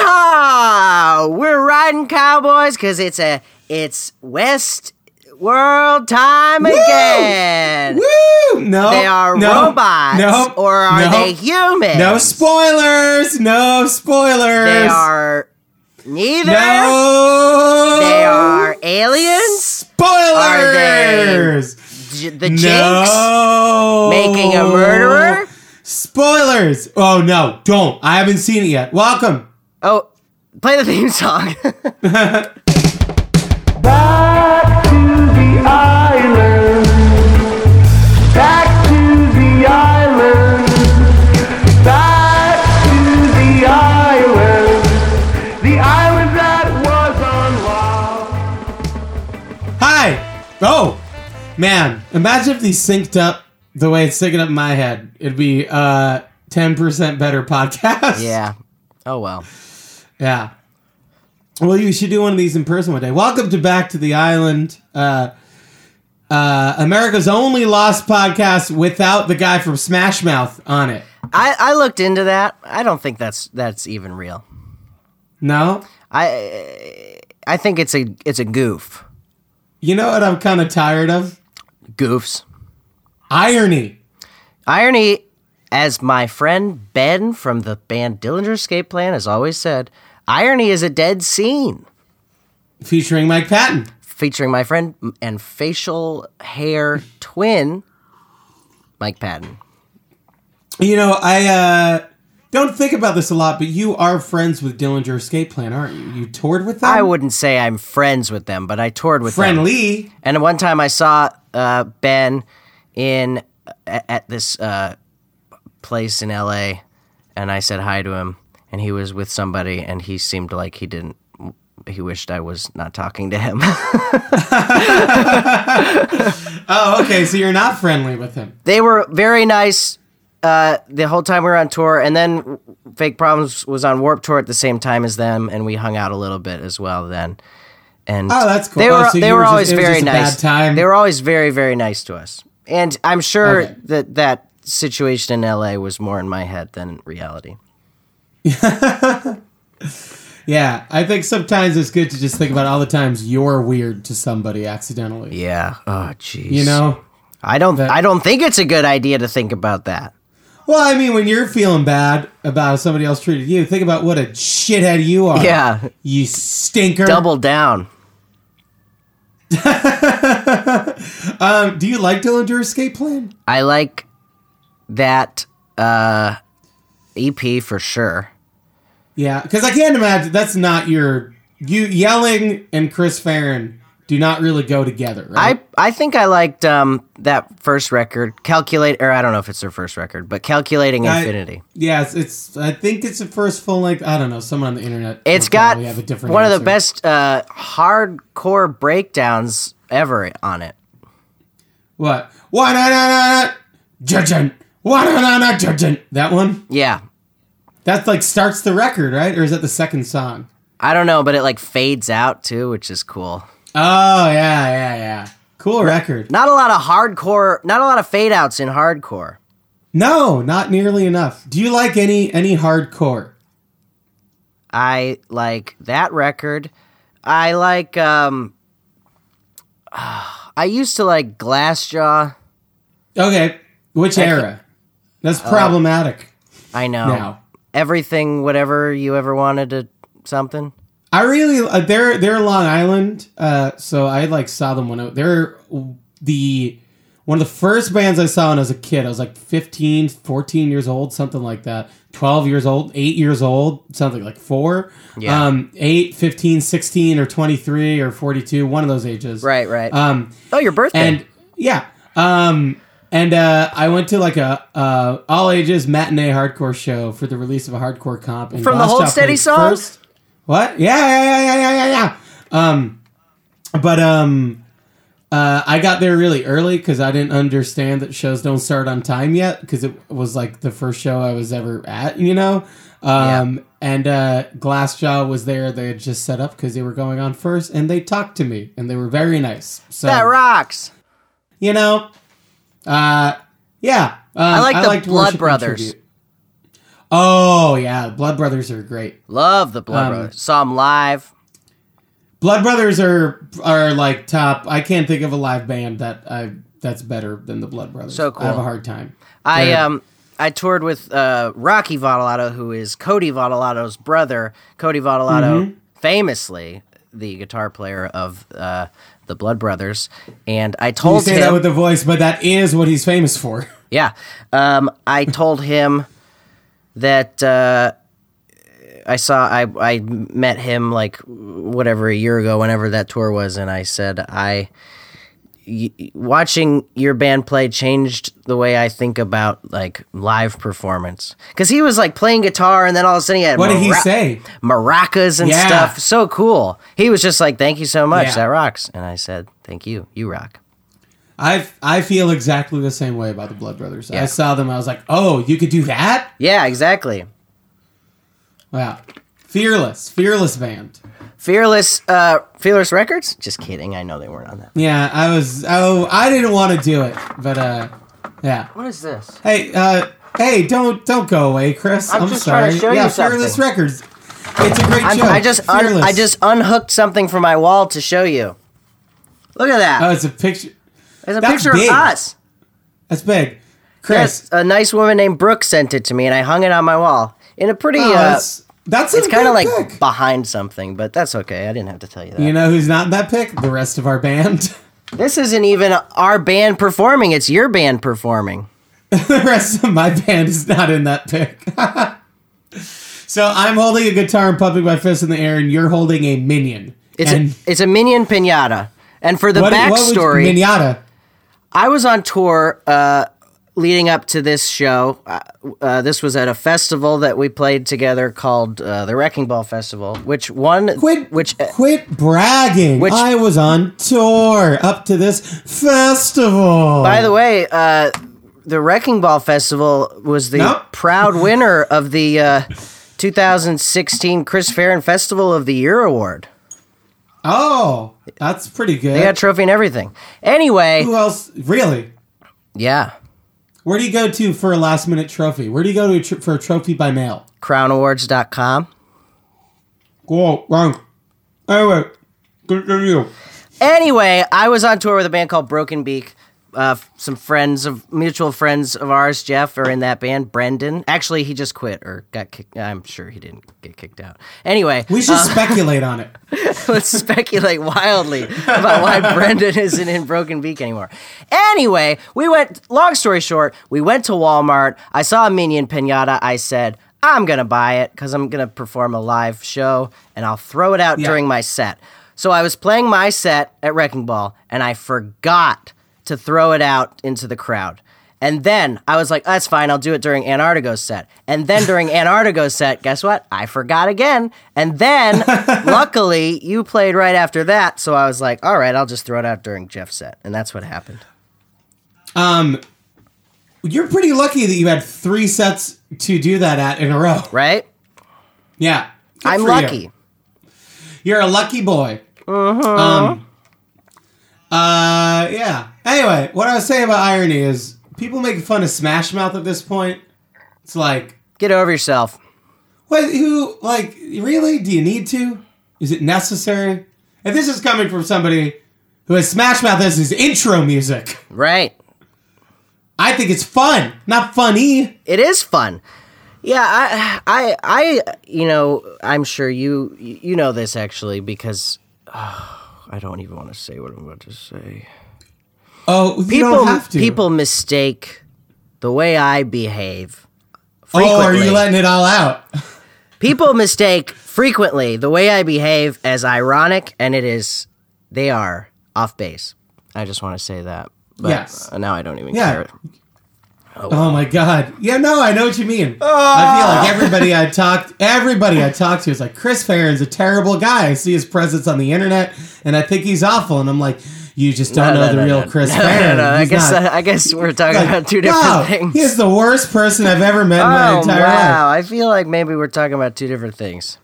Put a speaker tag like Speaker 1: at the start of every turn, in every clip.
Speaker 1: Yeehaw! We're riding cowboys because it's a it's West World time again.
Speaker 2: Woo! No.
Speaker 1: They are
Speaker 2: no,
Speaker 1: robots,
Speaker 2: No.
Speaker 1: or are
Speaker 2: no,
Speaker 1: they humans?
Speaker 2: No spoilers. No spoilers.
Speaker 1: They are neither.
Speaker 2: No.
Speaker 1: They are aliens. Are they-
Speaker 2: Spoilers.
Speaker 1: J- the Jinx
Speaker 2: no.
Speaker 1: making a murderer.
Speaker 2: Spoilers. Oh no! Don't. I haven't seen it yet. Welcome.
Speaker 1: Oh, play the theme song.
Speaker 3: Back to the island. Back to the island. Back to the island. The island that was on love.
Speaker 2: Hi. Oh, man. Imagine if these synced up the way it's syncing up in my head. It'd be uh ten percent better podcast.
Speaker 1: yeah. Oh well.
Speaker 2: Yeah. Well, you should do one of these in person one day. Welcome to Back to the Island, uh, uh, America's only lost podcast without the guy from Smash Mouth on it.
Speaker 1: I, I looked into that. I don't think that's that's even real.
Speaker 2: No,
Speaker 1: I I think it's a it's a goof.
Speaker 2: you know what I'm kind of tired of
Speaker 1: Goofs.
Speaker 2: irony.
Speaker 1: Irony, as my friend Ben from the band Dillinger Escape Plan has always said, irony is a dead scene.
Speaker 2: Featuring Mike Patton.
Speaker 1: Featuring my friend and facial hair twin, Mike Patton.
Speaker 2: You know, I uh, don't think about this a lot, but you are friends with Dillinger Escape Plan, aren't you? You toured with them.
Speaker 1: I wouldn't say I'm friends with them, but I toured with them.
Speaker 2: friendly.
Speaker 1: And one time I saw uh, Ben in at, at this uh, place in LA, and I said hi to him, and he was with somebody, and he seemed like he didn't. He wished I was not talking to him.
Speaker 2: Oh, okay. So you're not friendly with him.
Speaker 1: they were very nice uh, the whole time we were on tour, and then Fake Problems was on Warp Tour at the same time as them, and we hung out a little bit as well then. And
Speaker 2: Oh, that's cool.
Speaker 1: They
Speaker 2: Oh,
Speaker 1: were
Speaker 2: so
Speaker 1: they
Speaker 2: you
Speaker 1: were
Speaker 2: were just-
Speaker 1: always
Speaker 2: it was
Speaker 1: very
Speaker 2: just a bad
Speaker 1: nice.
Speaker 2: time.
Speaker 1: They were always very very nice to us, and I'm sure
Speaker 2: Okay.
Speaker 1: that that situation in L.A. was more in my head than in reality.
Speaker 2: Yeah, I think sometimes it's good to just think about all the times you're weird to somebody accidentally.
Speaker 1: Yeah. Oh, jeez.
Speaker 2: You know?
Speaker 1: I don't
Speaker 2: that-
Speaker 1: I don't think it's a good idea to think about that.
Speaker 2: Well, I mean, when you're feeling bad about how somebody else treated you, think about what a shithead you are.
Speaker 1: Yeah.
Speaker 2: You stinker.
Speaker 1: Double down.
Speaker 2: Um, do you like Dillinger Escape Plan?
Speaker 1: I like that uh, EP for sure.
Speaker 2: Yeah, because I can't imagine that's not your. You yelling and Chris Farron do not really go together, right?
Speaker 1: I, I think I liked um, that first record, Calculate, or I don't know if it's their first record, but Calculating
Speaker 2: I-
Speaker 1: Infinity.
Speaker 2: Yes, it's. I think it's the first full length. I don't know. Someone on the internet.
Speaker 1: It's
Speaker 2: will
Speaker 1: got
Speaker 2: probably have a different
Speaker 1: one of the
Speaker 2: answer.
Speaker 1: best uh, hardcore breakdowns ever on it.
Speaker 2: What? Why na na na na? Judging. Why na na na judging? That one.
Speaker 1: Yeah.
Speaker 2: That's like starts the record, right? Or is that the second song?
Speaker 1: I don't know, but it like fades out too, which is cool.
Speaker 2: Oh yeah, yeah, yeah. Cool record.
Speaker 1: Not a lot of hardcore, not a lot of fade outs in hardcore.
Speaker 2: No, not nearly enough. Do you like any any hardcore?
Speaker 1: I like that record. I like um I used to like Glassjaw.
Speaker 2: Okay, which era? That's problematic.
Speaker 1: I know.
Speaker 2: No.
Speaker 1: Everything whatever you ever wanted to something.
Speaker 2: I really uh, they're they're Long Island, uh, so I like saw them when I, they're the one of the first bands I saw when I was a kid. I was like 15, 14 years old, something like that. 12 years old, 8 years old, something like 4.
Speaker 1: Yeah.
Speaker 2: Um 8, 15, 16 or 23 or 42, one of those ages.
Speaker 1: Right, right.
Speaker 2: Um
Speaker 1: oh, your birthday.
Speaker 2: and yeah. Um and uh, I went to like a uh, all ages matinee hardcore show for the release of a hardcore comp in
Speaker 1: From the Hold
Speaker 2: Glassjaw
Speaker 1: Steady
Speaker 2: played
Speaker 1: song?
Speaker 2: First. What? Yeah, yeah, yeah, yeah, yeah, yeah, yeah. Um, but um, uh, I got there really early because I didn't understand that shows don't start on time yet because it was like the first show I was ever at, you know. Um, and uh, Glassjaw was there; they had just set up because they were going on first, and they talked to me, and they were very nice. So
Speaker 1: that rocks.
Speaker 2: you know, uh, yeah. Um,
Speaker 1: I like the
Speaker 2: liked
Speaker 1: Blood
Speaker 2: Worship and
Speaker 1: Brothers.
Speaker 2: Tribute. Oh yeah, Blood Brothers are great.
Speaker 1: Love the Blood
Speaker 2: Um,
Speaker 1: Brothers. Saw them live.
Speaker 2: Blood Brothers are are like top. I can't think of a live band that I that's better than the Blood Brothers.
Speaker 1: So cool.
Speaker 2: I have a hard time.
Speaker 1: I
Speaker 2: They're-
Speaker 1: um I toured with uh, Rocky Vadalato, who is Cody Vadalato's brother. Cody Vadalato,
Speaker 2: Mm-hmm.
Speaker 1: famously the guitar player of uh, the Blood Brothers, and I
Speaker 2: you
Speaker 1: told
Speaker 2: say
Speaker 1: him,
Speaker 2: that with the voice, but that is what he's famous for.
Speaker 1: yeah, um, I told him that uh, I saw I I met him like whatever a year ago, whenever that tour was, and I said I watching your band play changed the way I think about like live performance. Because he was like playing guitar, and then all of a sudden he had
Speaker 2: What did he
Speaker 1: mara-
Speaker 2: say?
Speaker 1: maracas and
Speaker 2: Yeah.
Speaker 1: stuff. So cool. He was just like, "Thank you so much.
Speaker 2: Yeah.
Speaker 1: That rocks." And I said, "Thank you. You rock."
Speaker 2: I I feel exactly the same way about the Blood Brothers. I saw them. I was like, oh, you could do that.
Speaker 1: Yeah, exactly.
Speaker 2: Wow, fearless, fearless band.
Speaker 1: Fearless, uh, Fearless Records. Just kidding. I know they weren't on that.
Speaker 2: Yeah, I was. Oh, I didn't want to do it, but uh, yeah.
Speaker 1: What is this?
Speaker 2: Hey, uh, hey, don't don't go away, Chris.
Speaker 1: I'm
Speaker 2: I'm,
Speaker 1: just
Speaker 2: sorry.
Speaker 1: trying to show
Speaker 2: yeah,
Speaker 1: you
Speaker 2: Fearless
Speaker 1: something.
Speaker 2: Records. It's a great
Speaker 1: I'm,
Speaker 2: show.
Speaker 1: I just un-
Speaker 2: Fearless.
Speaker 1: I just unhooked something from my wall to show you. Look at that.
Speaker 2: Oh, it's a picture.
Speaker 1: There's a
Speaker 2: that's
Speaker 1: picture
Speaker 2: big.
Speaker 1: of us.
Speaker 2: That's big.
Speaker 1: Yes, uh,
Speaker 2: Chris.
Speaker 1: a nice woman named Brooke sent it to me, and I hung it on my wall in a pretty.
Speaker 2: oh,
Speaker 1: uh,
Speaker 2: that's that's
Speaker 1: it's kind of like
Speaker 2: pick.
Speaker 1: behind something, but that's okay. I didn't have to tell you that.
Speaker 2: You know who's not in that pick? The rest of our band.
Speaker 1: this isn't even our band performing; it's your band performing.
Speaker 2: the rest of my band is not in that pick. so I'm holding a guitar and pumping my fist in the air, and you're holding a minion.
Speaker 1: It's
Speaker 2: and
Speaker 1: a, it's a minion pinata. And for the
Speaker 2: what, what was-
Speaker 1: backstory,
Speaker 2: Minata.
Speaker 1: I was on tour uh, leading up to this show. Uh, uh, this was at a festival that we played together called uh, the Wrecking Ball Festival, which one
Speaker 2: Quit,
Speaker 1: which uh,
Speaker 2: quit bragging.
Speaker 1: Which-
Speaker 2: I was on tour up to this festival.
Speaker 1: By the way, uh, the Wrecking Ball Festival was the
Speaker 2: Nope.
Speaker 1: proud winner of the uh, 2016 Chris Farron Festival of the Year award.
Speaker 2: oh, that's pretty good.
Speaker 1: They got a trophy and everything. Anyway,
Speaker 2: Who else? Really?
Speaker 1: yeah,
Speaker 2: Where do you go to for a last minute trophy? Where do you go to tr- for a trophy by mail?
Speaker 1: crownawards.com.
Speaker 2: Go wrong. Anyway, good for you.
Speaker 1: Anyway, I was on tour with a band called Broken Beak. Uh, f- some friends of mutual friends of ours, Jeff, are in that band. Brendan, actually, he just quit or got kicked. I'm sure he didn't get kicked out. Anyway,
Speaker 2: We should speculate on it.
Speaker 1: let's speculate wildly about why Brendan isn't in Broken Beak anymore. Anyway, we went, long story short, we went to Walmart. I saw a Minion Pinata. I said, I'm going to buy it because I'm going to perform a live show and I'll throw it out
Speaker 2: Yeah.
Speaker 1: during my set. So I was playing my set at Wrecking Ball and I forgot to throw it out into the crowd. And then I was like, that's fine, I'll do it during Antarctico's set. And then during Antarctico's set, guess what? I forgot again. And then luckily you played right after that. So I was like, all right, I'll just throw it out during Jeff's set. And that's what happened.
Speaker 2: Um, you're pretty lucky that you had three sets to do that at in a row.
Speaker 1: Right?
Speaker 2: Yeah, Good
Speaker 1: I'm
Speaker 2: for
Speaker 1: lucky.
Speaker 2: You. You're a lucky boy.
Speaker 1: Uh-huh.
Speaker 2: Um, uh, yeah. Anyway, what I was saying about irony is people make fun of Smash Mouth at this point. It's like,
Speaker 1: Get over yourself.
Speaker 2: what? Who? Like, really? Do you need to? Is it necessary? And this is coming from somebody who has Smash Mouth as his intro music.
Speaker 1: Right.
Speaker 2: I think it's fun, not funny.
Speaker 1: it is fun. Yeah, I, I, I, you know, I'm sure you, you know this actually because oh, I don't even want to say what I'm about to say.
Speaker 2: Oh, you
Speaker 1: People,
Speaker 2: don't have to.
Speaker 1: people mistake the way I behave. Frequently.
Speaker 2: Oh, are you letting it all out?
Speaker 1: people mistake frequently the way I behave as ironic, and it is they are off base. I just want to say that. But
Speaker 2: Yes.
Speaker 1: uh, Now I don't even
Speaker 2: Yeah.
Speaker 1: care.
Speaker 2: Oh my god. Yeah, no, I know what you mean. I
Speaker 1: Ah.
Speaker 2: feel like everybody I talked everybody I talked to is like Chris Farron's a terrible guy. I see his presence on the internet and I think he's awful and I'm like you just don't know the real Chris
Speaker 1: No, no,
Speaker 2: Farron.
Speaker 1: no, I
Speaker 2: He's
Speaker 1: guess
Speaker 2: not-
Speaker 1: I guess we're talking
Speaker 2: like,
Speaker 1: about two different
Speaker 2: no,
Speaker 1: things.
Speaker 2: He's the worst person I've ever met in my
Speaker 1: Oh
Speaker 2: entire life.
Speaker 1: wow! I feel like maybe we're talking about two different things.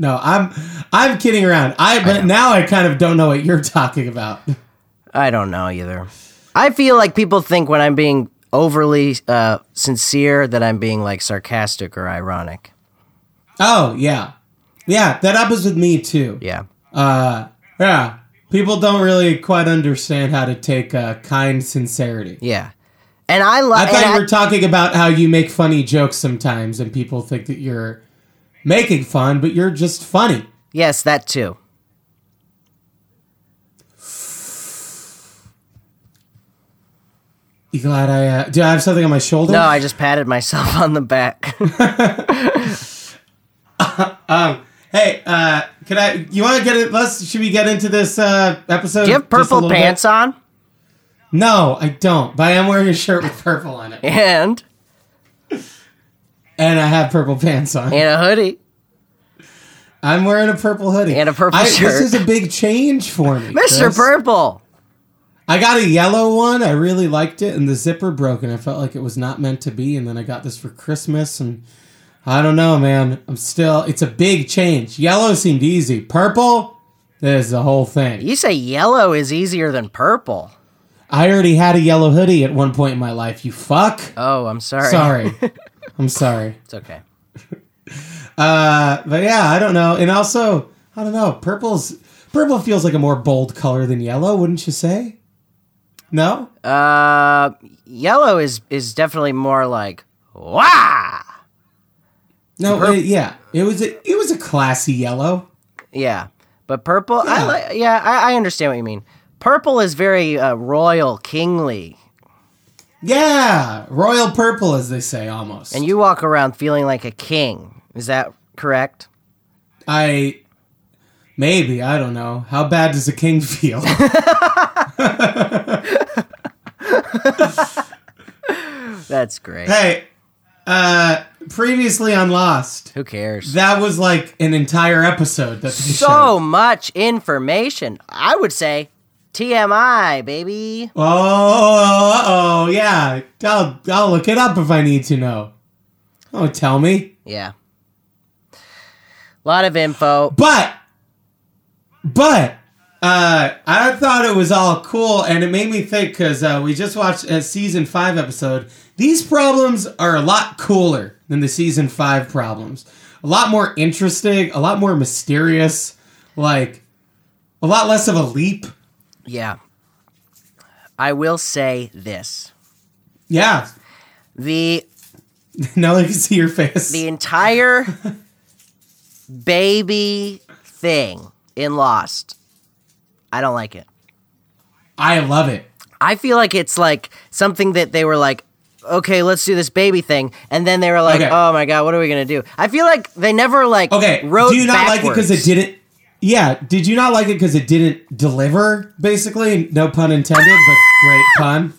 Speaker 2: No, I'm I'm kidding around. I but now I kind of don't know what you're talking about.
Speaker 1: I don't know either. I feel like people think when I'm being overly uh, sincere that I'm being like sarcastic or ironic.
Speaker 2: Oh yeah, yeah. That happens with me too.
Speaker 1: Yeah.
Speaker 2: Uh, yeah. People don't really quite understand how to take uh, kind sincerity.
Speaker 1: Yeah. And I
Speaker 2: I
Speaker 1: like.
Speaker 2: thought you were talking about how you make funny jokes sometimes, and people think that you're making fun, but you're just funny.
Speaker 1: yes, that too.
Speaker 2: You glad I uh, do? I have something on my shoulder.
Speaker 1: No, I just patted myself on the back.
Speaker 2: Um, Hey, uh, can I? You want to get it? Let's. Should we get into this uh, episode?
Speaker 1: Do you have
Speaker 2: just a
Speaker 1: purple
Speaker 2: little bit?
Speaker 1: pants on?
Speaker 2: No, I don't. But I am wearing a shirt with purple on it,
Speaker 1: And
Speaker 2: and I have purple pants on.
Speaker 1: and a hoodie.
Speaker 2: I'm wearing a purple hoodie
Speaker 1: And a purple
Speaker 2: I,
Speaker 1: shirt.
Speaker 2: This is a big change for me,
Speaker 1: Mr.
Speaker 2: Chris.
Speaker 1: Purple.
Speaker 2: I got a yellow one. I really liked it, and the zipper broke, and I felt like it was not meant to be. And then I got this for Christmas, and I don't know, man. I'm still. It's a big change. Yellow seemed easy. Purple, there's the whole thing.
Speaker 1: You say yellow is easier than purple.
Speaker 2: I already had a yellow hoodie at one point in my life. You fuck.
Speaker 1: Oh, I'm sorry.
Speaker 2: Sorry. I'm sorry.
Speaker 1: It's okay.
Speaker 2: Uh, but yeah, I don't know. And also, I don't know. Purple's purple feels like a more bold color than yellow, wouldn't you say? No.
Speaker 1: Uh, yellow is is definitely more like wah.
Speaker 2: No. it- yeah. It was a it was a classy yellow.
Speaker 1: Yeah, but purple. I
Speaker 2: Yeah.
Speaker 1: like. Yeah, I, I understand what you mean. Purple is very uh, royal, kingly,
Speaker 2: Yeah, royal purple, as they say, almost.
Speaker 1: and you walk around feeling like a king. Is that correct?
Speaker 2: I maybe I don't know. How bad does a king feel?
Speaker 1: That's great.
Speaker 2: hey, uh, previously on Lost,
Speaker 1: Who cares?
Speaker 2: that was like an entire episode. That they showed.
Speaker 1: so much information. I would say TMI, baby.
Speaker 2: Oh, oh, yeah. I'll I'll look it up if I need to know. Oh, tell me.
Speaker 1: Yeah. A lot of info.
Speaker 2: But, but, uh, I thought it was all cool, and it made me think because uh, we just watched a season five episode. These problems are a lot cooler than the season five problems. A lot more interesting, a lot more mysterious, like a lot less of a leap.
Speaker 1: Yeah. I will say this.
Speaker 2: Yeah,
Speaker 1: The
Speaker 2: now I can see your face.
Speaker 1: the entire baby thing in Lost. I don't like it.
Speaker 2: I love it.
Speaker 1: I feel like it's like something that they were like, okay, let's do this baby thing, and then they were like,
Speaker 2: Okay.
Speaker 1: oh my god, what are we gonna do? I feel like they never like
Speaker 2: Okay,
Speaker 1: wrote
Speaker 2: do you not like it
Speaker 1: backwards.
Speaker 2: because it didn't? Yeah, did you not like it because it didn't deliver? Basically, no pun intended, but great pun.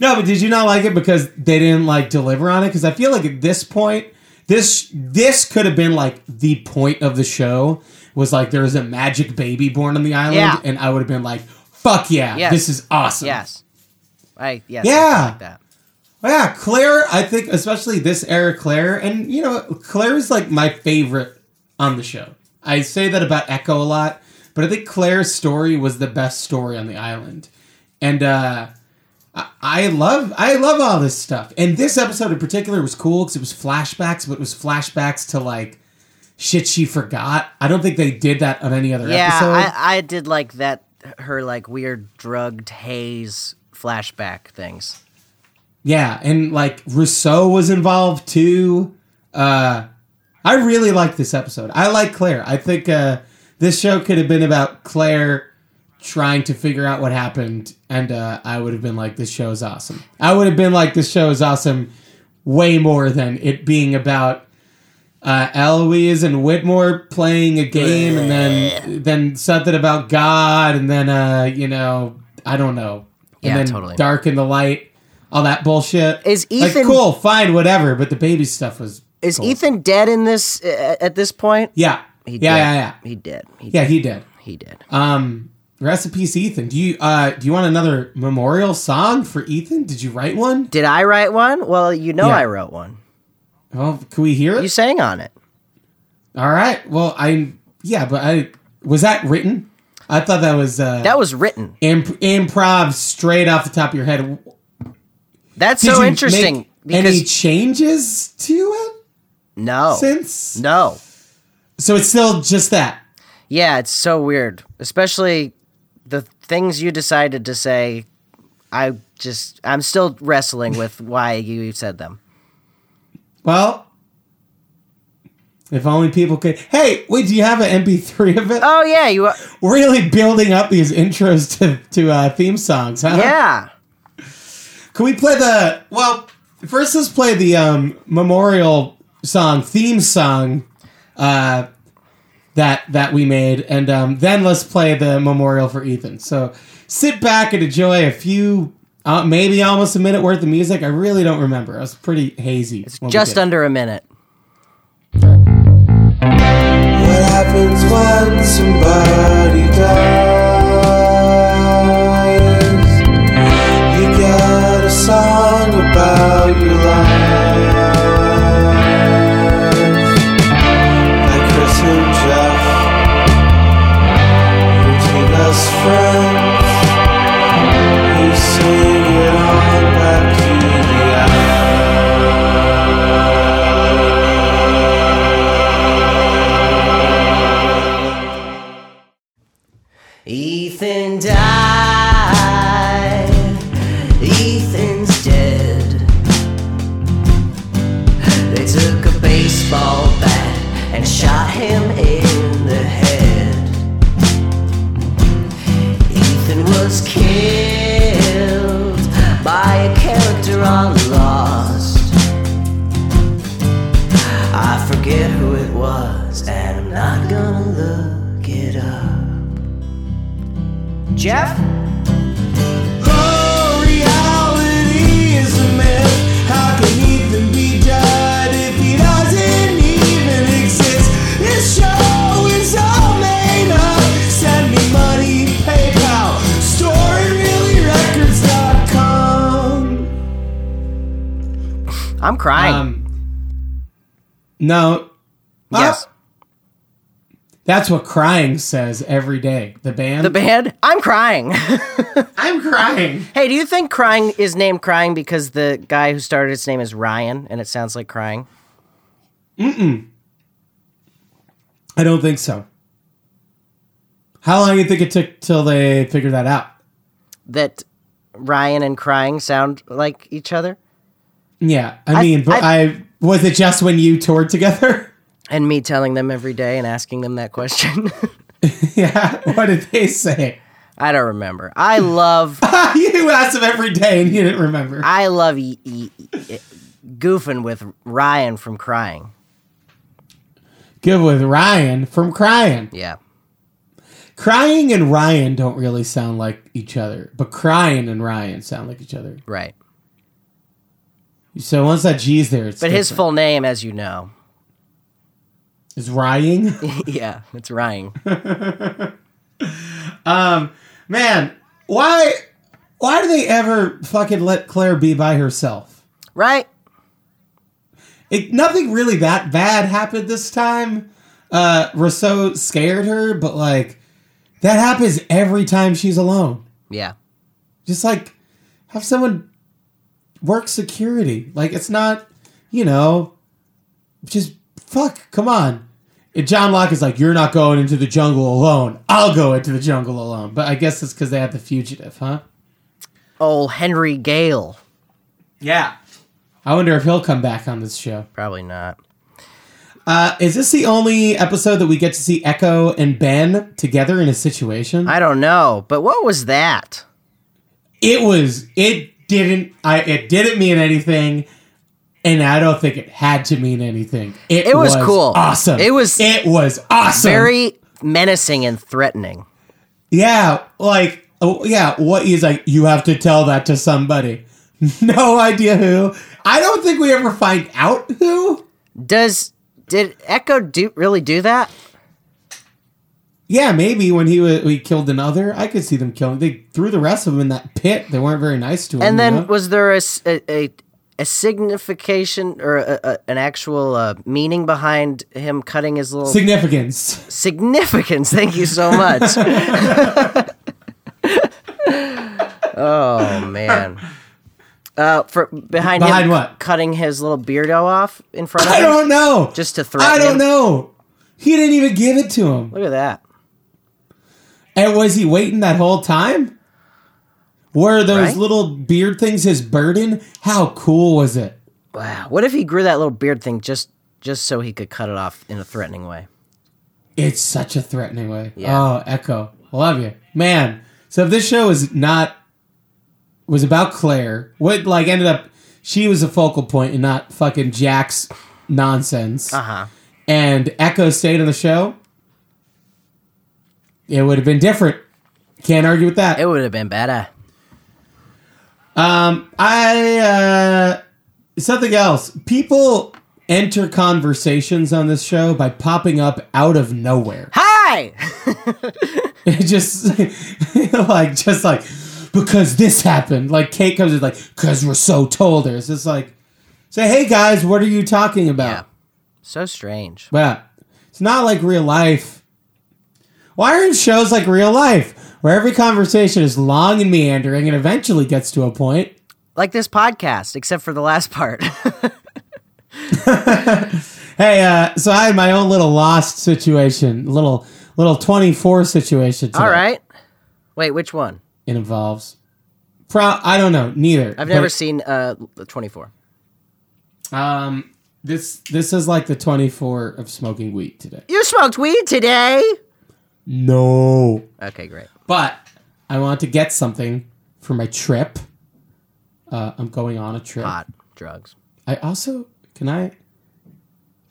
Speaker 2: No, but did you not like it because they didn't like deliver on it? Because I feel like at this point, this this could have been like the point of the show was like there was a magic baby born on the island,
Speaker 1: Yeah.
Speaker 2: and I would have been like, "Fuck yeah,
Speaker 1: Yes.
Speaker 2: this is awesome."
Speaker 1: Yes. I yes.
Speaker 2: Yeah.
Speaker 1: I like that.
Speaker 2: Oh, Yeah, Claire, I think especially this era Claire, and you know, Claire is like my favorite on the show. I say that about Echo a lot, but I think Claire's story was the best story on the island. And uh I- I love I love all this stuff. And this episode in particular was cool cuz it was flashbacks, but it was flashbacks to like shit she forgot. I don't think they did that on any other
Speaker 1: Yeah,
Speaker 2: episode.
Speaker 1: I, I did like that her like weird drugged haze flashback things.
Speaker 2: Yeah, and like Rousseau was involved too. Uh I really like this episode. I like Claire. I think uh this show could have been about Claire trying to figure out what happened and uh I would have been like this show is awesome. I would have been like this show is awesome way more than it being about uh, Eloise and Whitmore playing a game, and then then something about God, and then uh, you know I don't know, and
Speaker 1: Yeah,
Speaker 2: then
Speaker 1: totally.
Speaker 2: Dark in the Light, all that bullshit.
Speaker 1: Is Ethan-
Speaker 2: like, cool? Fine, whatever. But the baby stuff was
Speaker 1: Is
Speaker 2: cool.
Speaker 1: Ethan dead in this uh, at this point?
Speaker 2: Yeah,
Speaker 1: He
Speaker 2: yeah,
Speaker 1: did.
Speaker 2: yeah, yeah,
Speaker 1: He did. He
Speaker 2: yeah.
Speaker 1: did.
Speaker 2: He did.
Speaker 1: He did.
Speaker 2: Um, rest in peace, Ethan. Do you uh do you want another memorial song for Ethan? Did you write one?
Speaker 1: Did I write one? Well, you know
Speaker 2: Yeah.
Speaker 1: I wrote one.
Speaker 2: Well, can we hear it?
Speaker 1: You sang on it.
Speaker 2: all right. Well, I yeah, but I was that written. I thought that was uh,
Speaker 1: That was written.
Speaker 2: Imp- improv straight off the top of your head.
Speaker 1: That's
Speaker 2: Did
Speaker 1: so
Speaker 2: you
Speaker 1: interesting
Speaker 2: make
Speaker 1: because
Speaker 2: any changes to it
Speaker 1: no,
Speaker 2: since?
Speaker 1: no,
Speaker 2: So it's still just that.
Speaker 1: yeah, it's so weird, especially the things you decided to say. I just I'm still wrestling with why you said them.
Speaker 2: Well, if only people could. Hey, wait, do you have an MP3 of it?
Speaker 1: Oh yeah, you
Speaker 2: Uh-huh. Really building up these intros to to uh, theme songs, huh?
Speaker 1: yeah.
Speaker 2: Can we play the? Well, first let's play the um, memorial song theme song uh, that that we made, and um, then let's play the memorial for Ethan. So sit back and enjoy a few, uh, maybe almost a minute worth of music. I really don't remember. I was pretty hazy. when we
Speaker 1: Just
Speaker 2: did it.
Speaker 1: under a minute.
Speaker 4: What happens when somebody dies? You got a song about your life. By Chris and Jeff, routine us friends. You sing it on back to the island.
Speaker 1: Ethan died. Ethan's dead. They took a baseball bat and shot him in the head. Ethan was killed by a character on Lost. I forget who it was, and I'm not gonna look it up. Jeff? I'm crying.
Speaker 2: Um, no,
Speaker 1: yes.
Speaker 2: uh, that's what crying says every day. The band.
Speaker 1: the band? I'm crying.
Speaker 2: I'm crying.
Speaker 1: hey, do you think crying is named crying because the guy who started its name is Ryan and it sounds like crying?
Speaker 2: I don't think so. How long do you think it took till they figured that out?
Speaker 1: That Ryan and crying sound like each other?
Speaker 2: Yeah, I, mean, but I, was it just when you toured together?
Speaker 1: And me telling them every day and asking them that question?
Speaker 2: yeah, what did they say?
Speaker 1: I don't remember. I love,
Speaker 2: you asked them every day and you didn't remember.
Speaker 1: I love e- e- e- goofing with Ryan from crying.
Speaker 2: Good with Ryan from Crying.
Speaker 1: Yeah.
Speaker 2: Crying and Ryan don't really sound like each other, but Crying and Ryan sound like each other.
Speaker 1: Right.
Speaker 2: So once that G's there, it's
Speaker 1: But his
Speaker 2: different.
Speaker 1: full name, as you know,
Speaker 2: is Ryan.
Speaker 1: yeah, it's Ryan.
Speaker 2: Um, Man, why, why do they ever fucking let Claire be by herself?
Speaker 1: Right?
Speaker 2: it, nothing really that bad happened this time. Uh, Rousseau scared her, but like that happens every time she's alone.
Speaker 1: Yeah.
Speaker 2: Just like have someone work security. Like it's not, you know, just fuck. Come on. And John Locke is like, you're not going into the jungle alone. I'll go into the jungle alone. But I guess it's because they had the fugitive, huh?
Speaker 1: Oh, Henry Gale.
Speaker 2: Yeah. I wonder if he'll come back on this show.
Speaker 1: Probably not.
Speaker 2: Uh, is this the only episode that we get to see Echo and Ben together in a situation?
Speaker 1: I don't know, but what was that?
Speaker 2: it was. It didn't. I. It didn't mean anything, and I don't think it had to mean anything. It,
Speaker 1: It was cool.
Speaker 2: Awesome.
Speaker 1: It was
Speaker 2: It was awesome.
Speaker 1: Very menacing and threatening.
Speaker 2: Yeah. Like. Oh, yeah. What he's like. You have to tell that to somebody. No idea who. I don't think we ever find out who.
Speaker 1: Does did Echo do really do that?
Speaker 2: Yeah, maybe when he was, we killed another, I could see them killing. They threw the rest of them in that pit. They weren't very nice to him.
Speaker 1: And
Speaker 2: you know?
Speaker 1: then was there a s- a, a, a signification or a, a, an actual uh, meaning behind him cutting his little
Speaker 2: significance.
Speaker 1: significance? Thank you so much. oh man. Uh, for behind,
Speaker 2: Behind
Speaker 1: him
Speaker 2: what?
Speaker 1: cutting his little beardo off in front of
Speaker 2: I
Speaker 1: him.
Speaker 2: don't know.
Speaker 1: Just to threaten
Speaker 2: I don't
Speaker 1: him.
Speaker 2: know. He didn't even give it to him.
Speaker 1: Look at that.
Speaker 2: And was he waiting that whole time? Were those
Speaker 1: Right?
Speaker 2: little beard things his burden? How cool was it?
Speaker 1: Wow. What if he grew that little beard thing just just so he could cut it off in a threatening way?
Speaker 2: It's such a threatening way.
Speaker 1: Yeah.
Speaker 2: Oh, Echo. Love you. Man. So if this show is not was about Claire, what like ended up she was a focal point and not fucking Jack's nonsense.
Speaker 1: Uh huh.
Speaker 2: And Echo stayed on the show, it would have been different. Can't argue with that.
Speaker 1: It would have been better.
Speaker 2: Um, I uh, something else. People enter conversations on this show by popping up out of nowhere.
Speaker 1: Hi.
Speaker 2: It just like just like because this happened. Like Kate comes in like because we're so told her. It's just like say, hey guys, what are you talking about?
Speaker 1: yeah. So strange.
Speaker 2: But it's not like real life. Why aren't shows like real life where every conversation is long and meandering and eventually gets to a point?
Speaker 1: Like this podcast, except for the last part.
Speaker 2: Hey, uh, so I had my own little lost situation, little little twenty four situation. Today.
Speaker 1: All right. Wait, which one?
Speaker 2: it involves. Pro, I don't know neither.
Speaker 1: I've never seen uh the 24.
Speaker 2: Um, this this is like the twenty four of smoking weed today.
Speaker 1: You smoked weed today?
Speaker 2: No,
Speaker 1: Okay, great.
Speaker 2: but I want to get something for my trip. Uh, I'm going on a trip.
Speaker 1: Hot drugs.
Speaker 2: I also can I.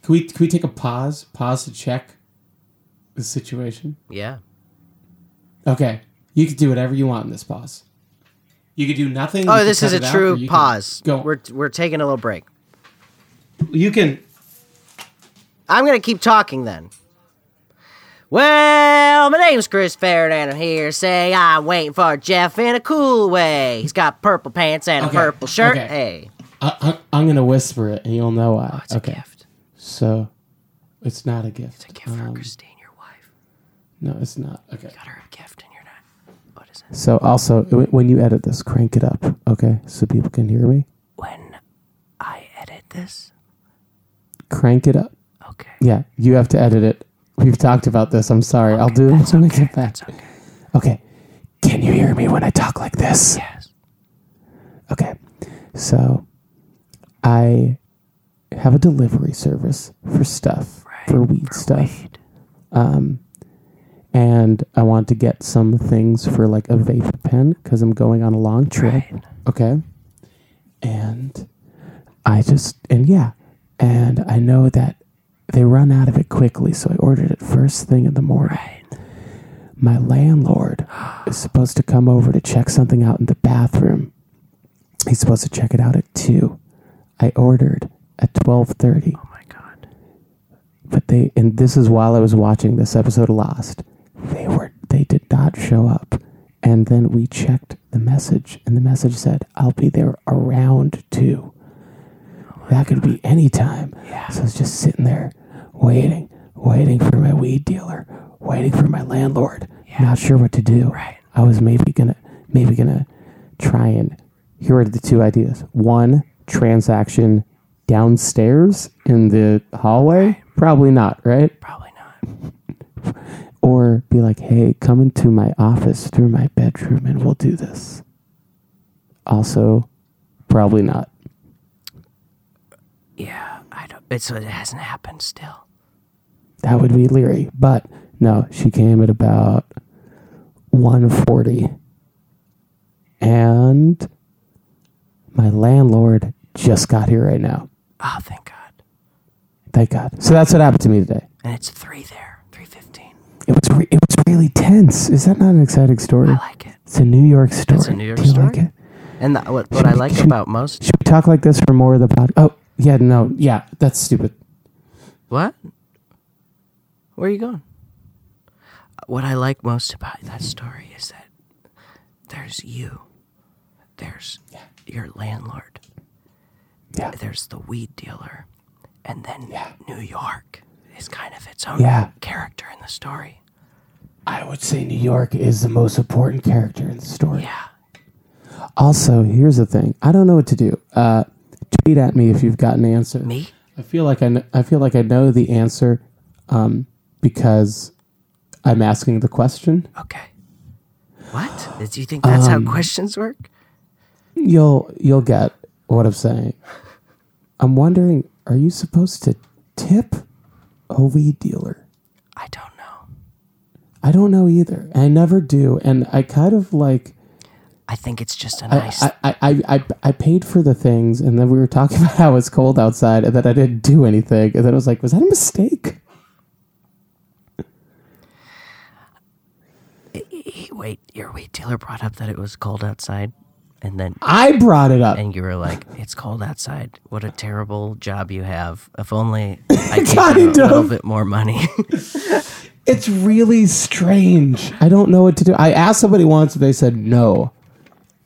Speaker 2: Can we can we take a pause? Pause to check the situation.
Speaker 1: Yeah.
Speaker 2: Okay. You could do whatever you want in this pause. You could do nothing. you
Speaker 1: Oh,
Speaker 2: could
Speaker 1: this
Speaker 2: cut
Speaker 1: is a
Speaker 2: it out, or
Speaker 1: true
Speaker 2: you
Speaker 1: pause.
Speaker 2: Can, go.
Speaker 1: We're we're taking a little break.
Speaker 2: you can.
Speaker 1: I'm gonna keep talking then. Well, my name's Chris Farron, and I'm here to say I'm waiting for Jeff in a cool way. He's got purple pants and
Speaker 2: Okay,
Speaker 1: a purple shirt.
Speaker 2: okay.
Speaker 1: Hey,
Speaker 2: I, I, I'm gonna whisper it, and you'll know why.
Speaker 1: Oh, it's
Speaker 2: okay.
Speaker 1: a gift.
Speaker 2: So, it's not a gift. It's
Speaker 1: A gift for Christine, your wife.
Speaker 2: No, it's not. Okay.
Speaker 1: Got her a gift, and you're not. What is it?
Speaker 2: So also, w- when you edit this, crank it up. Okay, so people can hear me.
Speaker 1: When I edit this,
Speaker 2: Crank it up.
Speaker 1: okay.
Speaker 2: Yeah, you have to edit it. We've talked about this. I'm sorry. I'll do it when I get back.
Speaker 1: It's okay.
Speaker 2: Okay. Can you hear me when I talk like this?
Speaker 1: Yes.
Speaker 2: Okay. So I have a delivery service for stuff, for weed stuff. Um, and I want to get some things for like a vape pen because I'm going on a long trip. Okay. And I just, and yeah. And I know that they run out of it quickly. So I ordered it first thing in the morning. My landlord is supposed to come over to check something out in the bathroom he's supposed to check it out at 2 i ordered at 12.30 oh my god but they and this is while i was watching this episode of lost they were they did not show up and then we checked the message and the message said i'll be there around 2 that could be any time so i was just sitting there waiting waiting for my weed dealer waiting for my landlord not sure what to do right i was maybe gonna maybe gonna try and here are the two ideas one transaction downstairs in the hallway probably not right
Speaker 1: Probably not.
Speaker 2: or be like hey come into my office through my bedroom and we'll do this also probably not
Speaker 1: Yeah, I don't. It's it hasn't happened still.
Speaker 2: that would be leery but no she came at about 140 and my landlord just got here right now
Speaker 1: Oh, thank God.
Speaker 2: thank god so that's what happened to me today
Speaker 1: And it's three there. Three fifteen.
Speaker 2: It was re- it was really tense. Is that not an exciting story?
Speaker 1: I like it.
Speaker 2: it's a New York story.
Speaker 1: a New York
Speaker 2: Do you like
Speaker 1: story.
Speaker 2: it?
Speaker 1: And the, what, what I like about most
Speaker 2: Should we talk like this for more of the pod? Oh yeah, no, yeah, that's stupid.
Speaker 1: what? Where are you going? What I like most about that story is that there's you, there's your landlord,
Speaker 2: Yeah,
Speaker 1: there's the weed dealer, and then New York is kind of its own
Speaker 2: Yeah.
Speaker 1: character in the story.
Speaker 2: I would say New York is the most important character in the story.
Speaker 1: Yeah,
Speaker 5: Also, here's the thing. I don't know what to do. Uh, tweet at me if you've got an answer.
Speaker 1: Me?
Speaker 5: I feel like I, kn- I feel like I know the answer um, because I'm asking the question.
Speaker 1: Okay. What? Do you think that's how questions work?
Speaker 5: You'll you'll get what I'm saying. I'm wondering, are you supposed to tip a weed dealer?
Speaker 1: I don't know.
Speaker 5: I don't know either. I never do, and I kind of like
Speaker 1: I think it's just a
Speaker 5: I,
Speaker 1: nice.
Speaker 5: I, I, I, I paid for the things, and then we were talking about how it's cold outside, and then I didn't do anything, and then I was like, was that a mistake?
Speaker 1: Wait, your wheat dealer brought up that it was cold outside, and then
Speaker 5: I brought it up.
Speaker 1: and you were like, "It's cold outside. What a terrible job you have. If only I gave you a
Speaker 5: Kind
Speaker 1: little
Speaker 5: of.
Speaker 1: bit more money."
Speaker 5: It's really strange. I don't know what to do. I asked somebody once, and they said no,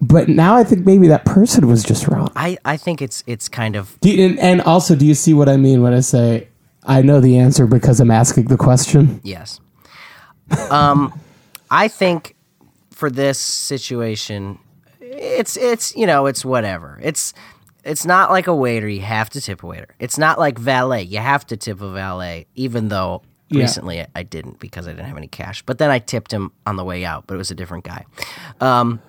Speaker 5: but now I think maybe that person was just wrong.
Speaker 1: I I think it's it's kind of
Speaker 5: Do you, and, and also, do you see what I mean when I say I know the answer because I'm asking the question?
Speaker 1: yes. Um, I think for this situation, it's it's you know it's whatever. It's it's not like a waiter. You have to tip a waiter. It's not like valet. You have to tip a valet, even though.
Speaker 5: Yeah.
Speaker 1: Recently, I didn't because I didn't have any cash. But then I tipped him on the way out, but it was a different guy. Um,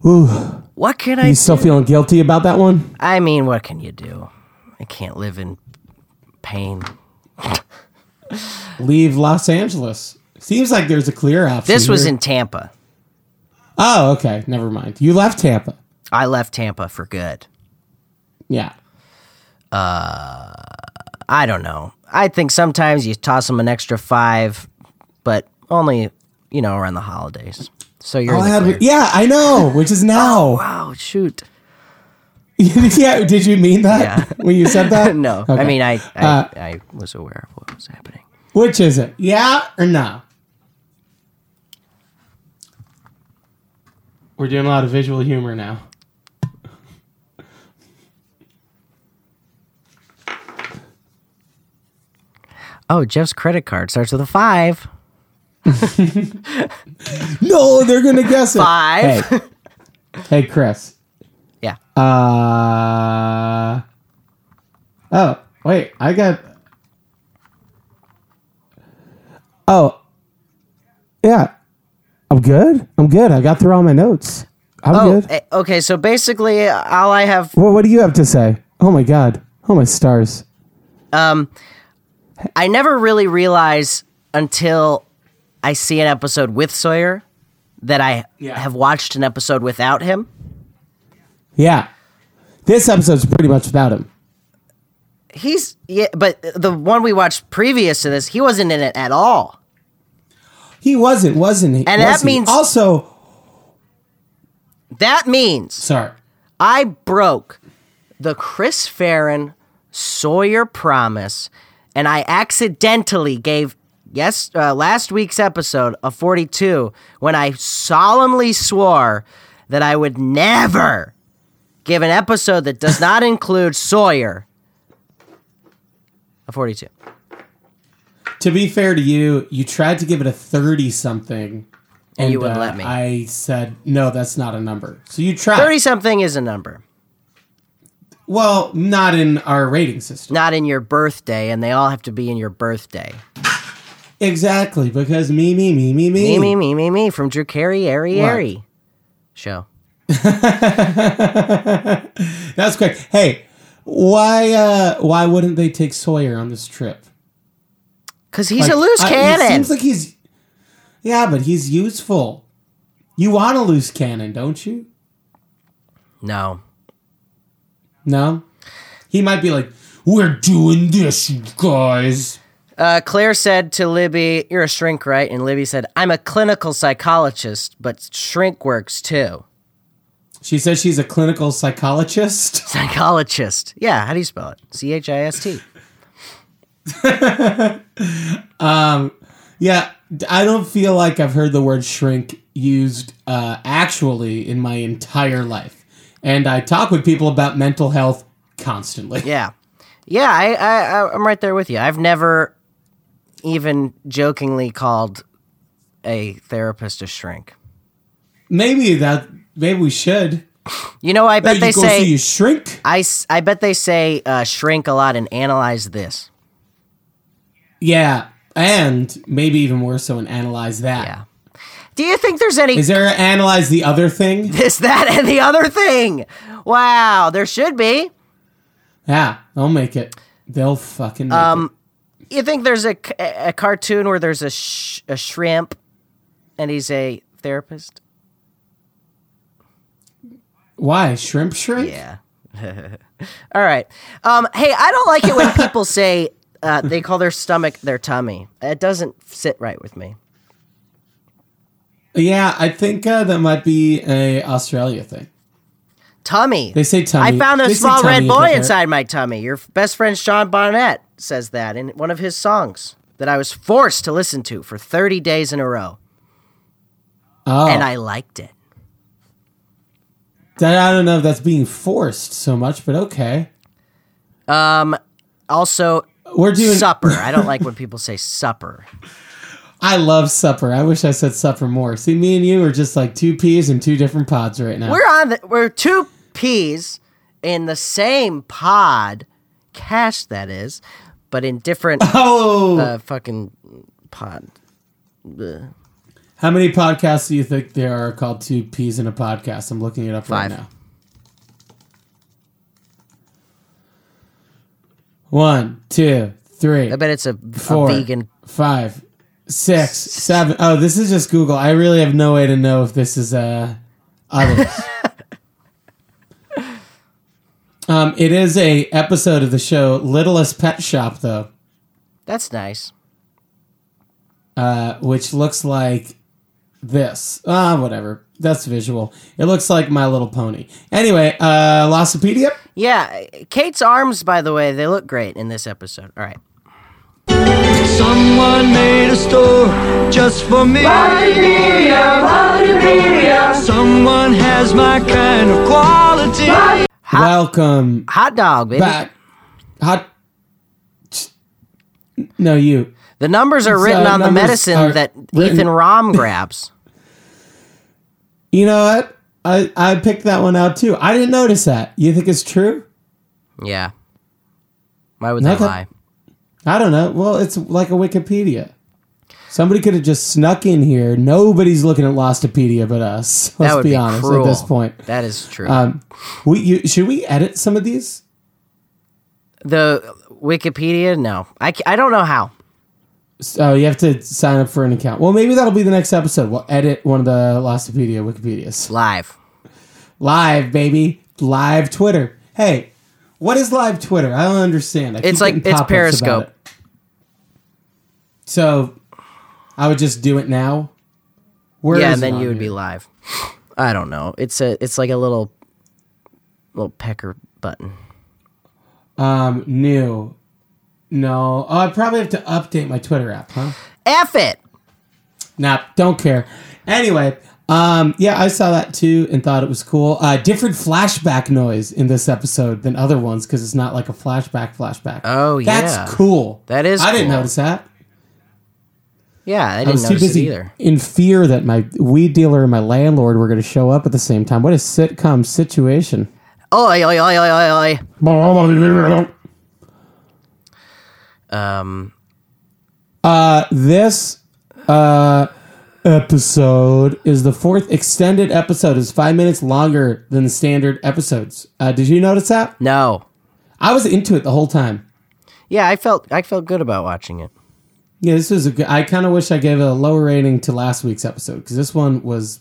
Speaker 1: what can I
Speaker 5: You still feeling guilty about that one?
Speaker 1: I mean, what can you do? I can't live in pain.
Speaker 2: Leave Los Angeles. Seems like there's a clear option.
Speaker 1: This was
Speaker 2: here.
Speaker 1: in Tampa.
Speaker 2: Oh, okay. Never mind. You left Tampa.
Speaker 1: I left Tampa for good.
Speaker 2: Yeah.
Speaker 1: I don't know. I think sometimes you toss them an extra five, but only, you know, around the holidays. So you're.
Speaker 2: Oh,
Speaker 1: in
Speaker 2: I
Speaker 1: the
Speaker 2: had-
Speaker 1: clear.
Speaker 2: yeah, I know, which is now.
Speaker 1: Wow, shoot.
Speaker 2: yeah, did you mean that
Speaker 1: Yeah.
Speaker 2: when you said that?
Speaker 1: No, I
Speaker 2: Okay.
Speaker 1: mean, I, I,
Speaker 2: Uh,
Speaker 1: I was aware of what was happening.
Speaker 2: Which is it? Yeah or no? We're doing a lot of visual humor now.
Speaker 1: Oh, Jeff's credit card starts with a five.
Speaker 2: No, they're gonna guess it.
Speaker 1: Five.
Speaker 2: Hey, hey Chris.
Speaker 1: Yeah.
Speaker 2: Uh oh, wait, I got
Speaker 5: Oh, yeah. I'm good. I'm good. I got through all my notes. I'm
Speaker 1: oh,
Speaker 5: good.
Speaker 1: eh, okay. So basically, all I have
Speaker 5: Well, what do you have to say? Oh my god. Oh my stars.
Speaker 1: I never really realize until I see an episode with Sawyer that I have watched an episode without him.
Speaker 5: Yeah. This episode's pretty much without him.
Speaker 1: He's yeah, but the one we watched previous to this, he wasn't in it at all.
Speaker 2: he wasn't, wasn't he?
Speaker 1: And that
Speaker 2: Was he?
Speaker 1: means-
Speaker 2: also
Speaker 1: That means
Speaker 2: sorry.
Speaker 1: I broke the Chris Farron Sawyer promise, and I accidentally gave yes uh, last week's episode a 42 when I solemnly swore that I would never give an episode that does not include Sawyer a 42.
Speaker 2: To be fair to you, you tried to give it a thirty something. And uh,
Speaker 1: you wouldn't let me.
Speaker 2: I said, no, that's not a number. So you tried.
Speaker 1: 30 something is a number,
Speaker 2: Well, not in our rating system.
Speaker 1: not in your birthday, and they all have to be in your birthday.
Speaker 2: Exactly, because me, me, me, me, me.
Speaker 1: Me, me, me, me, me from Drew Carey, Airy,
Speaker 2: What?
Speaker 1: Airy show.
Speaker 2: That's quick. Hey, why uh why wouldn't they take Sawyer on this trip?
Speaker 1: Because he's a
Speaker 2: Like,
Speaker 1: loose
Speaker 2: I-
Speaker 1: cannon.
Speaker 2: It seems like he's Yeah, but he's useful. You want a loose cannon, don't you?
Speaker 1: No.
Speaker 2: No? He might be like, We're doing this, you guys.
Speaker 1: Uh, Claire said to Libby, You're a shrink, right? And Libby said, I'm a clinical psychologist, but shrink works too.
Speaker 2: She says she's a clinical psychologist.
Speaker 1: Psychologist. Yeah, how do you spell it? C H I S T.
Speaker 2: Yeah, d- I don't feel like I've heard the word shrink used uh, actually in my entire life. And I talk with people about mental health constantly.
Speaker 1: Yeah. Yeah, I, I, I, I'm right there with you. I've never even jokingly called a therapist a shrink.
Speaker 2: Maybe that Maybe we should.
Speaker 1: You know, I bet
Speaker 2: you
Speaker 1: they
Speaker 2: go
Speaker 1: say
Speaker 2: see you shrink.
Speaker 1: I, s- I bet they say uh, shrink a lot and analyze this.
Speaker 2: Yeah, and maybe even more so, and analyze that.
Speaker 1: Yeah. Do you think there's any
Speaker 2: Is there a analyze the other thing?
Speaker 1: this, that, and the other thing? Wow, there should be.
Speaker 2: Yeah, they'll make it. They'll fucking make um,
Speaker 1: You think there's a, c- a cartoon where there's a, sh- a shrimp and he's a therapist?
Speaker 2: Why shrimp shrink?
Speaker 1: Yeah. All right. Um, hey, I don't like it when people say uh, they call their stomach their tummy. It doesn't sit right with me.
Speaker 2: Yeah, I think uh, that might be a Australia thing.
Speaker 1: Tummy.
Speaker 2: They say tummy.
Speaker 1: I found a
Speaker 2: They say
Speaker 1: small red
Speaker 2: tummy,
Speaker 1: boy
Speaker 2: but they're-
Speaker 1: inside my tummy. Your f- best friend Sean Barnett says that in one of his songs that I was forced to listen to for 30 days in a row,
Speaker 2: Oh,
Speaker 1: and I liked it.
Speaker 2: That- I don't know if that's being forced so much, but okay.
Speaker 1: Also,
Speaker 2: We're doing.
Speaker 1: supper. I don't like when people say supper.
Speaker 2: I love supper. I wish I said supper more. See, me and you are just like two peas in two different pods right now.
Speaker 1: We're on the we're two peas in the same pod, cash that is, but in different
Speaker 2: oh,
Speaker 1: uh, fucking pod.
Speaker 2: how many podcasts do you think there are called two peas in a podcast? I'm looking it up
Speaker 1: Five.
Speaker 2: right now. One, two, three.
Speaker 1: I bet it's a, a
Speaker 2: four,
Speaker 1: vegan.
Speaker 2: five, six, seven. Oh, this is just Google. I really have no way to know if this is uh others. um, it is a episode of the show Littlest Pet Shop though,
Speaker 1: That's nice.
Speaker 2: uh, which looks like this. Ah, whatever. That's visual. It looks like My Little Pony. Anyway, uh, Lossopedia.
Speaker 1: Yeah, Kate's arms, by the way, they look great in this episode. All right.
Speaker 6: Someone made a store just for me. Someone has my kind of quality.
Speaker 2: Welcome
Speaker 1: Hot dog, baby.
Speaker 2: back. Hot. No, you.
Speaker 1: The numbers are
Speaker 2: It's,
Speaker 1: written
Speaker 2: uh,
Speaker 1: on the
Speaker 2: numbers
Speaker 1: medicine
Speaker 2: are
Speaker 1: that
Speaker 2: written-
Speaker 1: Ethan Rom grabs.
Speaker 2: You know what? I, I picked that one out too. I didn't notice that. You think it's true?
Speaker 1: yeah. Why would they
Speaker 2: Okay.
Speaker 1: lie?
Speaker 2: I don't know. Well, it's like a Wikipedia. Somebody could have just snuck in here. Nobody's looking at Lostopedia but us. Let's
Speaker 1: that would
Speaker 2: be,
Speaker 1: be,
Speaker 2: honest
Speaker 1: cruel.
Speaker 2: at this point.
Speaker 1: That is true.
Speaker 2: Um, we you, should we edit some of these?
Speaker 1: the Wikipedia? No, I, ca- I don't know how.
Speaker 2: So uh, you have to sign up for an account. Well, maybe that'll be the next episode. We'll edit one of the Lostopedia Wikipedias
Speaker 1: Live.
Speaker 2: live, baby, live Twitter. Hey, what is live Twitter? I don't understand. I keep
Speaker 1: It's like-
Speaker 2: getting
Speaker 1: it's
Speaker 2: pop-ups about
Speaker 1: Periscope.
Speaker 2: it. So, I would just do it now. Where
Speaker 1: yeah, and
Speaker 2: is it
Speaker 1: then
Speaker 2: on
Speaker 1: you would be
Speaker 2: here?
Speaker 1: live. I don't know. It's a it's like a little little pecker button.
Speaker 2: um new. No, oh, I probably have to update my Twitter app, huh?
Speaker 1: F it.
Speaker 2: Nah, don't care. Anyway, um, yeah, I saw that too and thought it was cool. Uh, different flashback noise in this episode than other ones because it's not like a flashback flashback.
Speaker 1: Oh, yeah.
Speaker 2: that's cool.
Speaker 1: That is
Speaker 2: I didn't
Speaker 1: cool.
Speaker 2: notice that.
Speaker 1: Yeah, I
Speaker 2: I
Speaker 1: didn't
Speaker 2: was too
Speaker 1: notice it
Speaker 2: busy
Speaker 1: either.
Speaker 2: in fear that my weed dealer and my landlord were going to show up at the same time. What a sitcom situation.
Speaker 1: Oi, oi, oi, oi, oi,
Speaker 2: Uh,
Speaker 1: oi. Um,
Speaker 2: this uh, episode is the fourth extended episode. is five minutes longer than the standard episodes. Uh, did you notice that?
Speaker 1: no.
Speaker 2: I was into it the whole time.
Speaker 1: Yeah, I felt I felt good about watching it.
Speaker 2: Yeah, this was a good. I kind of wish I gave it a lower rating to last week's episode because this one was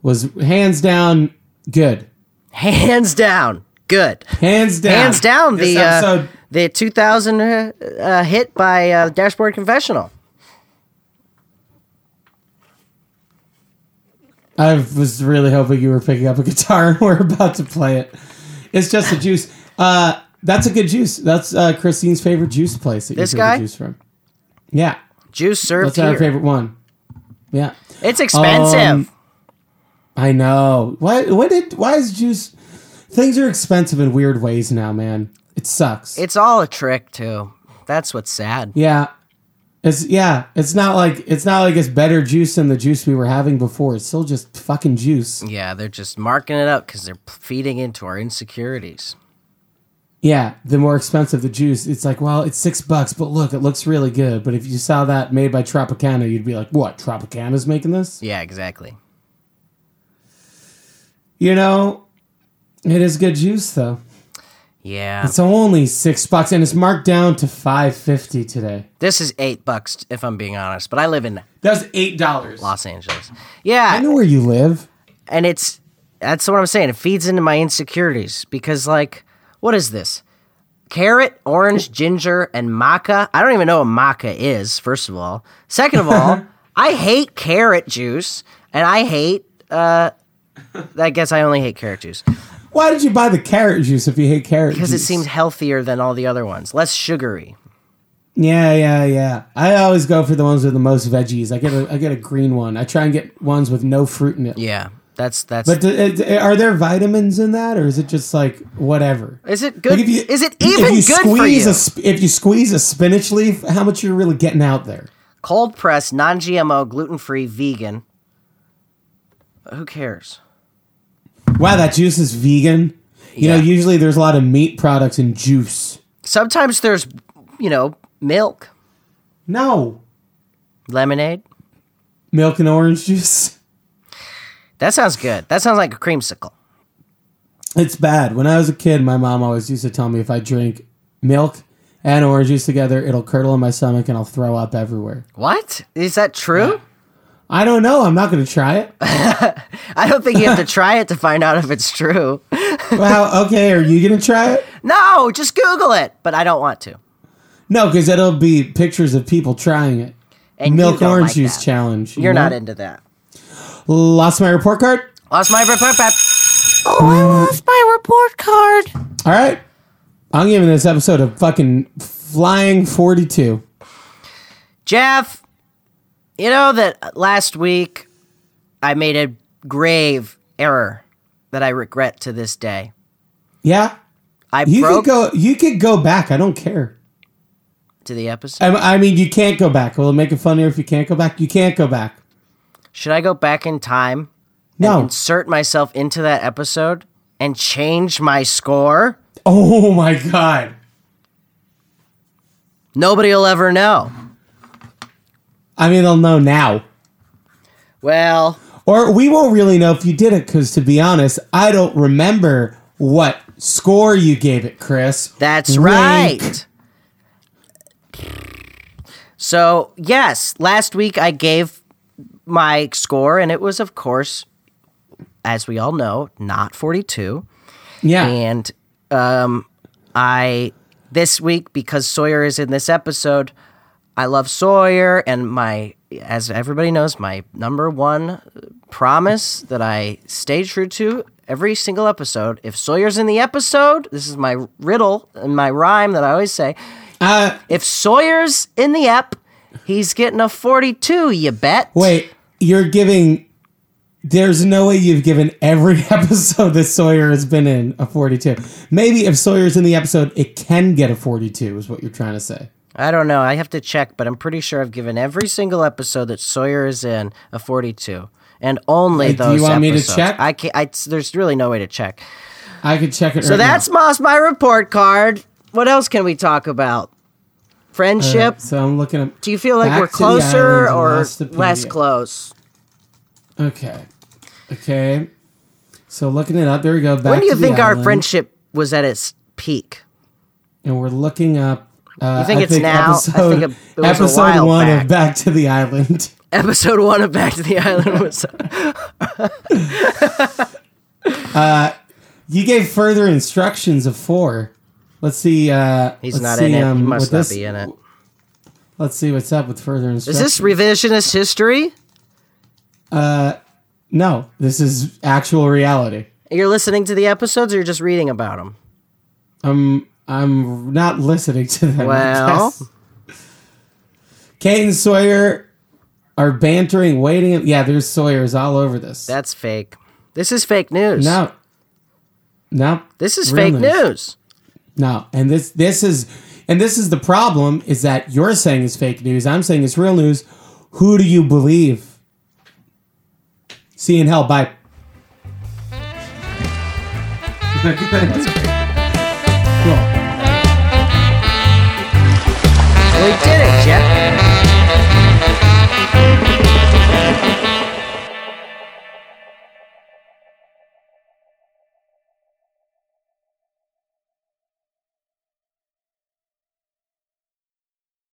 Speaker 2: was hands down good.
Speaker 1: Hands down, good.
Speaker 2: Hands down.
Speaker 1: Hands down,
Speaker 2: This
Speaker 1: the uh,
Speaker 2: episode-
Speaker 1: the 2000 uh, uh, hit by uh, Dashboard Confessional.
Speaker 2: I was really hoping you were picking up a guitar and we're about to play it. It's just a juice. Uh, that's a good juice. That's uh, Christine's favorite juice place that
Speaker 1: This
Speaker 2: you drink
Speaker 1: guy?
Speaker 2: the juice from. Yeah,
Speaker 1: Juice served
Speaker 2: that's our
Speaker 1: here.
Speaker 2: favorite one. Yeah,
Speaker 1: It's expensive.
Speaker 2: Um, I know. Why? When did? Why is juice? Things are expensive in weird ways now, man. It sucks.
Speaker 1: it's all a trick too. That's what's sad.
Speaker 2: yeah, It's yeah. It's not like it's not like it's better juice than the juice we were having before. It's still just fucking juice.
Speaker 1: Yeah, they're just marking it up because they're p- feeding into our insecurities.
Speaker 2: Yeah, the more expensive the juice, it's like, well, it's six bucks, but look, it looks really good. But if you saw that made by Tropicana, you'd be like, what? Tropicana's making this?
Speaker 1: Yeah, exactly.
Speaker 2: You know, it is good juice though.
Speaker 1: Yeah,
Speaker 2: It's only six bucks, and it's marked down to five fifty today.
Speaker 1: this is eight bucks if I'm being honest, but I live in
Speaker 2: That was eight dollars.
Speaker 1: Los Angeles. Yeah,
Speaker 2: I know where you live.
Speaker 1: and it's that's what I'm saying. It feeds into my insecurities because, like, what is this? Carrot, orange, ginger, and maca. I don't even know what maca is. First of all, second of all, I hate carrot juice, and I hate. uh I guess I only hate carrot juice
Speaker 2: Why did you buy the carrot juice if you hate carrot
Speaker 1: because it
Speaker 2: juice?
Speaker 1: seems healthier than all the other ones, less sugary.
Speaker 2: Yeah, yeah, yeah. I always go for the ones with the most veggies. I get a I get a green one. I try and get ones with no fruit in it.
Speaker 1: Yeah, that's that's.
Speaker 2: But do, it- are there vitamins in that, or is it just like whatever?
Speaker 1: is it good?
Speaker 2: Like, if you-
Speaker 1: is it
Speaker 2: if you
Speaker 1: even good for
Speaker 2: squeeze
Speaker 1: you?
Speaker 2: A, sp- if you squeeze a spinach leaf, how much you're really getting out there?
Speaker 1: Cold pressed, non-GMO, gluten-free, vegan. Who cares?
Speaker 2: Wow, that juice is vegan. You know,
Speaker 1: Yeah.
Speaker 2: usually there's a lot of meat products in juice.
Speaker 1: Sometimes there's, you know, milk,
Speaker 2: No,
Speaker 1: lemonade.
Speaker 2: milk and orange juice.
Speaker 1: That sounds good. That sounds like a creamsicle.
Speaker 2: It's bad. When I was a kid, my mom always used to tell me if I drink milk and orange juice together, it'll curdle in my stomach and I'll throw up everywhere.
Speaker 1: What? Is that true?
Speaker 2: I don't know. I'm not going to try it.
Speaker 1: I don't think you have to try it to find out if it's true.
Speaker 2: wow. Okay. Are you going to try it?
Speaker 1: No, just Google it. But I don't want to.
Speaker 2: No, because it'll be pictures of people trying it.
Speaker 1: And you
Speaker 2: milk
Speaker 1: don't
Speaker 2: orange
Speaker 1: like
Speaker 2: juice
Speaker 1: that.
Speaker 2: challenge. you
Speaker 1: You're
Speaker 2: know?
Speaker 1: not into that.
Speaker 2: Lost my report card.
Speaker 1: Lost my report back.
Speaker 2: All right. I'm giving this episode a fucking flying 42.
Speaker 1: Jeff, you know that last week I made a grave error that I regret to this day.
Speaker 2: Yeah.
Speaker 1: I
Speaker 2: You
Speaker 1: broke
Speaker 2: could go. You could go back. I don't care.
Speaker 1: to the episode.
Speaker 2: I, I mean, you can't go back. Will it make it funnier if you can't go back? You can't go back.
Speaker 1: Should I go back in time
Speaker 2: No.
Speaker 1: insert myself into that episode and change my score,
Speaker 2: Oh my god.
Speaker 1: nobody will ever know.
Speaker 2: I mean, they'll know now.
Speaker 1: Well,
Speaker 2: Or we won't really know if you did it because, to be honest, I don't remember what score you gave it, Chris.
Speaker 1: that's
Speaker 2: Wink.
Speaker 1: right. So, yes, last week I gave my score, and it was, of course, as we all know, not 42.
Speaker 2: Yeah.
Speaker 1: And um, I this week because Sawyer is in this episode. I love Sawyer, and my as everybody knows, my number one promise that I stay true to every single episode. If Sawyer's in the episode, this is my riddle and my rhyme that I always say.
Speaker 2: Uh,
Speaker 1: If Sawyer's in the ep, he's getting a forty-two. You bet.
Speaker 2: wait, you're giving. There's no way you've given every episode that Sawyer has been in a 42. Maybe if Sawyer's in the episode, it can get a 42, is what you're trying to say.
Speaker 1: I don't know. I have to check, but I'm pretty sure I've given every single episode that Sawyer is in a 42, and only
Speaker 2: Hey, do
Speaker 1: those.
Speaker 2: you want me to
Speaker 1: episodes.
Speaker 2: check?
Speaker 1: I can't. I, there's really no way to check.
Speaker 2: I could check it
Speaker 1: So that's Moss my report card. What else can we talk about? Friendship.
Speaker 2: So I'm looking at.
Speaker 1: Do you feel like
Speaker 2: Uh, back
Speaker 1: we're
Speaker 2: to the islands
Speaker 1: closer
Speaker 2: and
Speaker 1: or
Speaker 2: Lostopedia.
Speaker 1: less close?
Speaker 2: Okay. Okay. So looking it up, there we go. Back
Speaker 1: when do you
Speaker 2: to the
Speaker 1: think our
Speaker 2: island.
Speaker 1: friendship was at its peak?
Speaker 2: And we're looking up. Uh,
Speaker 1: You think
Speaker 2: I
Speaker 1: it's now? I think it- it was a
Speaker 2: episode
Speaker 1: while
Speaker 2: one
Speaker 1: back.
Speaker 2: of Back to the Island.
Speaker 1: Episode one of Back to the Island was.
Speaker 2: You gave further instructions of four. Let's see. Uh,
Speaker 1: He's
Speaker 2: let's
Speaker 1: not
Speaker 2: see,
Speaker 1: in it.
Speaker 2: um,
Speaker 1: he
Speaker 2: with
Speaker 1: must not
Speaker 2: this-
Speaker 1: be in it.
Speaker 2: Let's see what's up with further
Speaker 1: Is
Speaker 2: instructions.
Speaker 1: this revisionist history?
Speaker 2: no? This is actual reality.
Speaker 1: You're listening to the episodes, or you're just reading about them?
Speaker 2: I'm I'm not listening to them. I
Speaker 1: Well.
Speaker 2: guess. Kate and Sawyer are bantering, waiting. Yeah, there's Sawyer's all over this.
Speaker 1: That's fake. This is fake news.
Speaker 2: no, no.
Speaker 1: This is
Speaker 2: Real
Speaker 1: fake news.
Speaker 2: No, and this this is And this is the problem: is that you're saying it's fake news. I'm saying it's real news. Who do you believe? See you in hell. Bye.
Speaker 1: We did it, Jeff.